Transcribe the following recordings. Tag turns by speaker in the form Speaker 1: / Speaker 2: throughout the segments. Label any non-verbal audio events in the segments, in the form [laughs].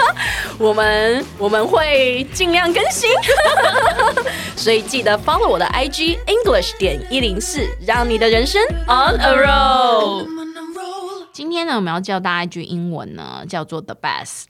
Speaker 1: [laughs] 我们我们会尽量更新， [laughs] 所以记得 follow 我的 IG English 点一零四，让你的人生 on a roll。
Speaker 2: I'm on a roll.
Speaker 1: 今天呢，我们要教大家一句英文呢，叫做 the best。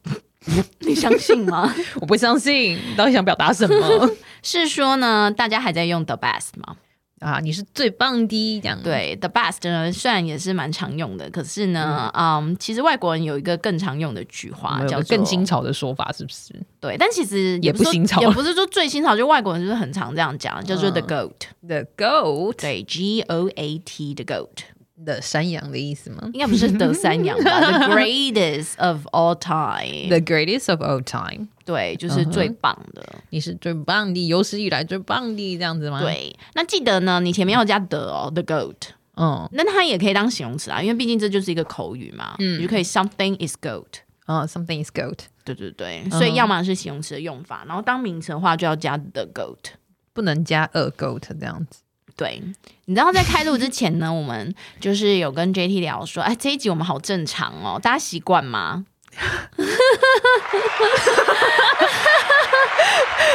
Speaker 1: 你 [laughs] 相信吗？
Speaker 3: [laughs] 我不相信，你到底想表达什 [laughs] 么
Speaker 1: 是说呢，大家还在用 the best 吗？
Speaker 3: 啊？你是最棒的，这样
Speaker 1: 对，the best 呢，虽然也是蛮常用的，可是呢，嗯其实外国人有一个更常用的句
Speaker 3: 啊，
Speaker 1: 话
Speaker 3: 有
Speaker 1: 叫
Speaker 3: 个
Speaker 1: 做
Speaker 3: 更新潮的说法是不是
Speaker 1: 对，但其实
Speaker 3: 也不
Speaker 1: 是说
Speaker 3: 新潮
Speaker 1: 也不是说最新潮，就外国人就是很常这样讲，叫做 the
Speaker 3: 嗯
Speaker 1: goat。
Speaker 3: ？The goat，
Speaker 1: 对，G O A T 的 goat，
Speaker 3: 的山羊的意思吗
Speaker 1: 应该不是德三羊吧？The
Speaker 3: [laughs]
Speaker 1: greatest of all time，
Speaker 3: ？The greatest of all time，
Speaker 1: 对，
Speaker 3: 嗯
Speaker 1: 就是最棒的。
Speaker 3: 你是最棒的，有史以来最棒的，这样子吗？，
Speaker 1: 对，那记得呢，你前面要加的哦，the goat。
Speaker 3: 嗯
Speaker 1: 那它也可以当形容词啊，因为毕竟这就是一个口语嘛，你就可以 something is goat。
Speaker 3: 嗯，something is goat，
Speaker 1: 对对对，所以要么是形容词的用法，然后当名词的话就要加 the goat。
Speaker 3: 不能加二 goat 这样子。
Speaker 1: 对，你知道在开录之前呢，我们就是有跟 JT 聊说，哎，这一集我们好正常哦，大家习惯吗？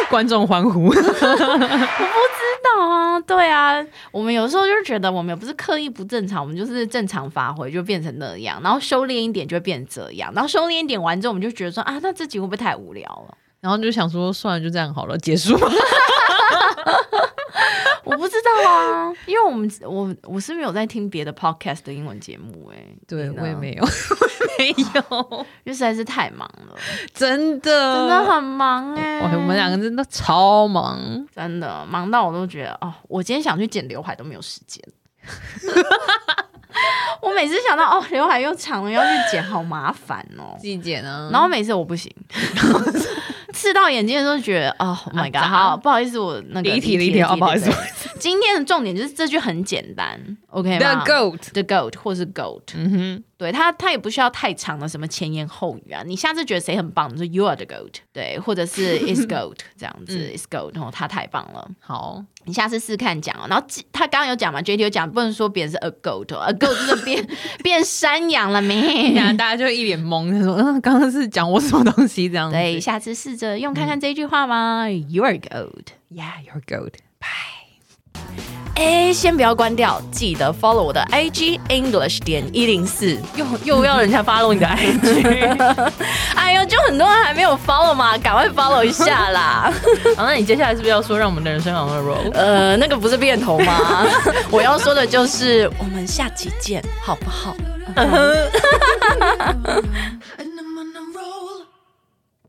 Speaker 3: 观众欢呼， [laughs]
Speaker 1: 到啊，对啊，我们有时候就觉得我们也不是刻意不正常，我们就是正常发挥就变成那样，然后收敛一点就会变成这样，然后收敛一点完之后，我们就觉得说啊，那这集会不会太无聊了？
Speaker 3: 然后就想说，算了，就这样好了，结束。
Speaker 1: 我不知道啊，因为我们我我是没有在听别的 podcast 的英文节目哎、
Speaker 3: 对啊
Speaker 1: 你呢
Speaker 3: 我也， [laughs] 没有，我也没有，
Speaker 1: 因为实在是太忙了，
Speaker 3: 真的，
Speaker 1: 真的很忙哎、
Speaker 3: 哇，我们两个真的超忙，
Speaker 1: 真的忙到我都觉得哦，我今天想去剪刘海都没有时 [laughs] 间。我每次想到哦，刘海又长了要去剪，好麻烦哦。
Speaker 3: 季姐呢？
Speaker 1: 然后每次我不 [laughs] 行，刺到眼睛的时候觉得 [laughs] 哦、oh、，My
Speaker 3: 啊
Speaker 1: God，
Speaker 3: 咋
Speaker 1: 好，不好意思，我那个
Speaker 3: 离题
Speaker 1: 离
Speaker 3: 离题哦不好意思。
Speaker 1: 对对今天的重点就是这句很简单，OK 吗
Speaker 3: The goat，
Speaker 1: the goat 或是 goat，
Speaker 3: 嗯哼，
Speaker 1: 对它它也不需要太长的什么前言后语啊。你下次觉得谁很棒，你说 you are the goat，对，或者 [laughs] 是 is goat 这样子、is goat，然后他太棒了。
Speaker 3: 好，
Speaker 1: 你下次试看讲哦。然后记他刚刚有讲嘛，JT 有讲，不能说别人是 a goat，a、哦、a goat 真的变变山羊了没？
Speaker 3: 然后大家就一脸懵，就说 [laughs] 嗯，刚刚是讲我什么东西这样子？
Speaker 1: 对，下次试着用看看这句话吗、y o u are a goat。
Speaker 3: ，Yeah，you're goat，
Speaker 1: 哎，先不要关掉，记得 follow 我的 IG English 点一零四。
Speaker 3: 又又要人家 follow 你的 [laughs] IG，
Speaker 1: 哎呦，就很多人还没有 follow 嘛，赶快 follow 一下啦。
Speaker 3: 好，那你接下来是不是要说让我们的人生 on a roll？
Speaker 1: 呃，那个不是变头吗？ [laughs] 我要说的就是，我们下期见，好不好？